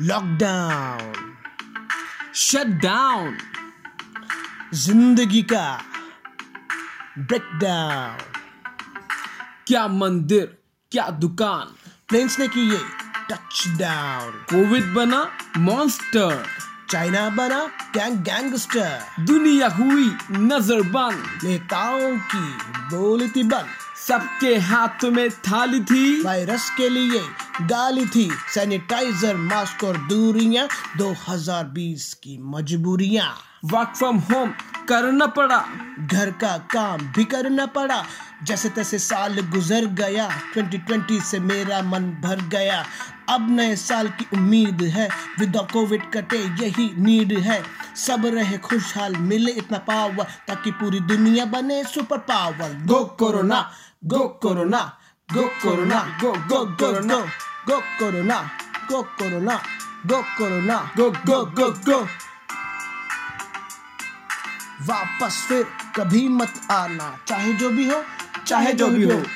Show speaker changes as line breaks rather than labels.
lockdown
shut down
जिंदगी का breakdown
क्या मंदिर क्या दुकान
प्लेन्स ने किए टचडाउन
कोविड बना मॉन्स्टर
चाइना बना गैंग गैंगस्टर
दुनिया हुई नजरबंद
नेताओं की बोली थी बंद
सबके हाथ में थाली थी
वायरस के लिए गाली थी सैनिटाइजर मास्क और दूरियां 2020 की मजबूरियां
वर्क फ्रॉम होम करना पड़ा
घर का काम भी करना पड़ा जैसे तैसे साल गुजर गया 2020 से मेरा मन भर गया अब नए साल की उम्मीद है विदा कोविड कटे यही नीड है सब रहे खुशहाल मिले इतना पावर ताकि पूरी दुनिया बने super power go corona go corona go corona go go corona go corona go corona go corona go go go go वापस फिर कभी मत आना चाहे जो भी हो चाहे जो भी हो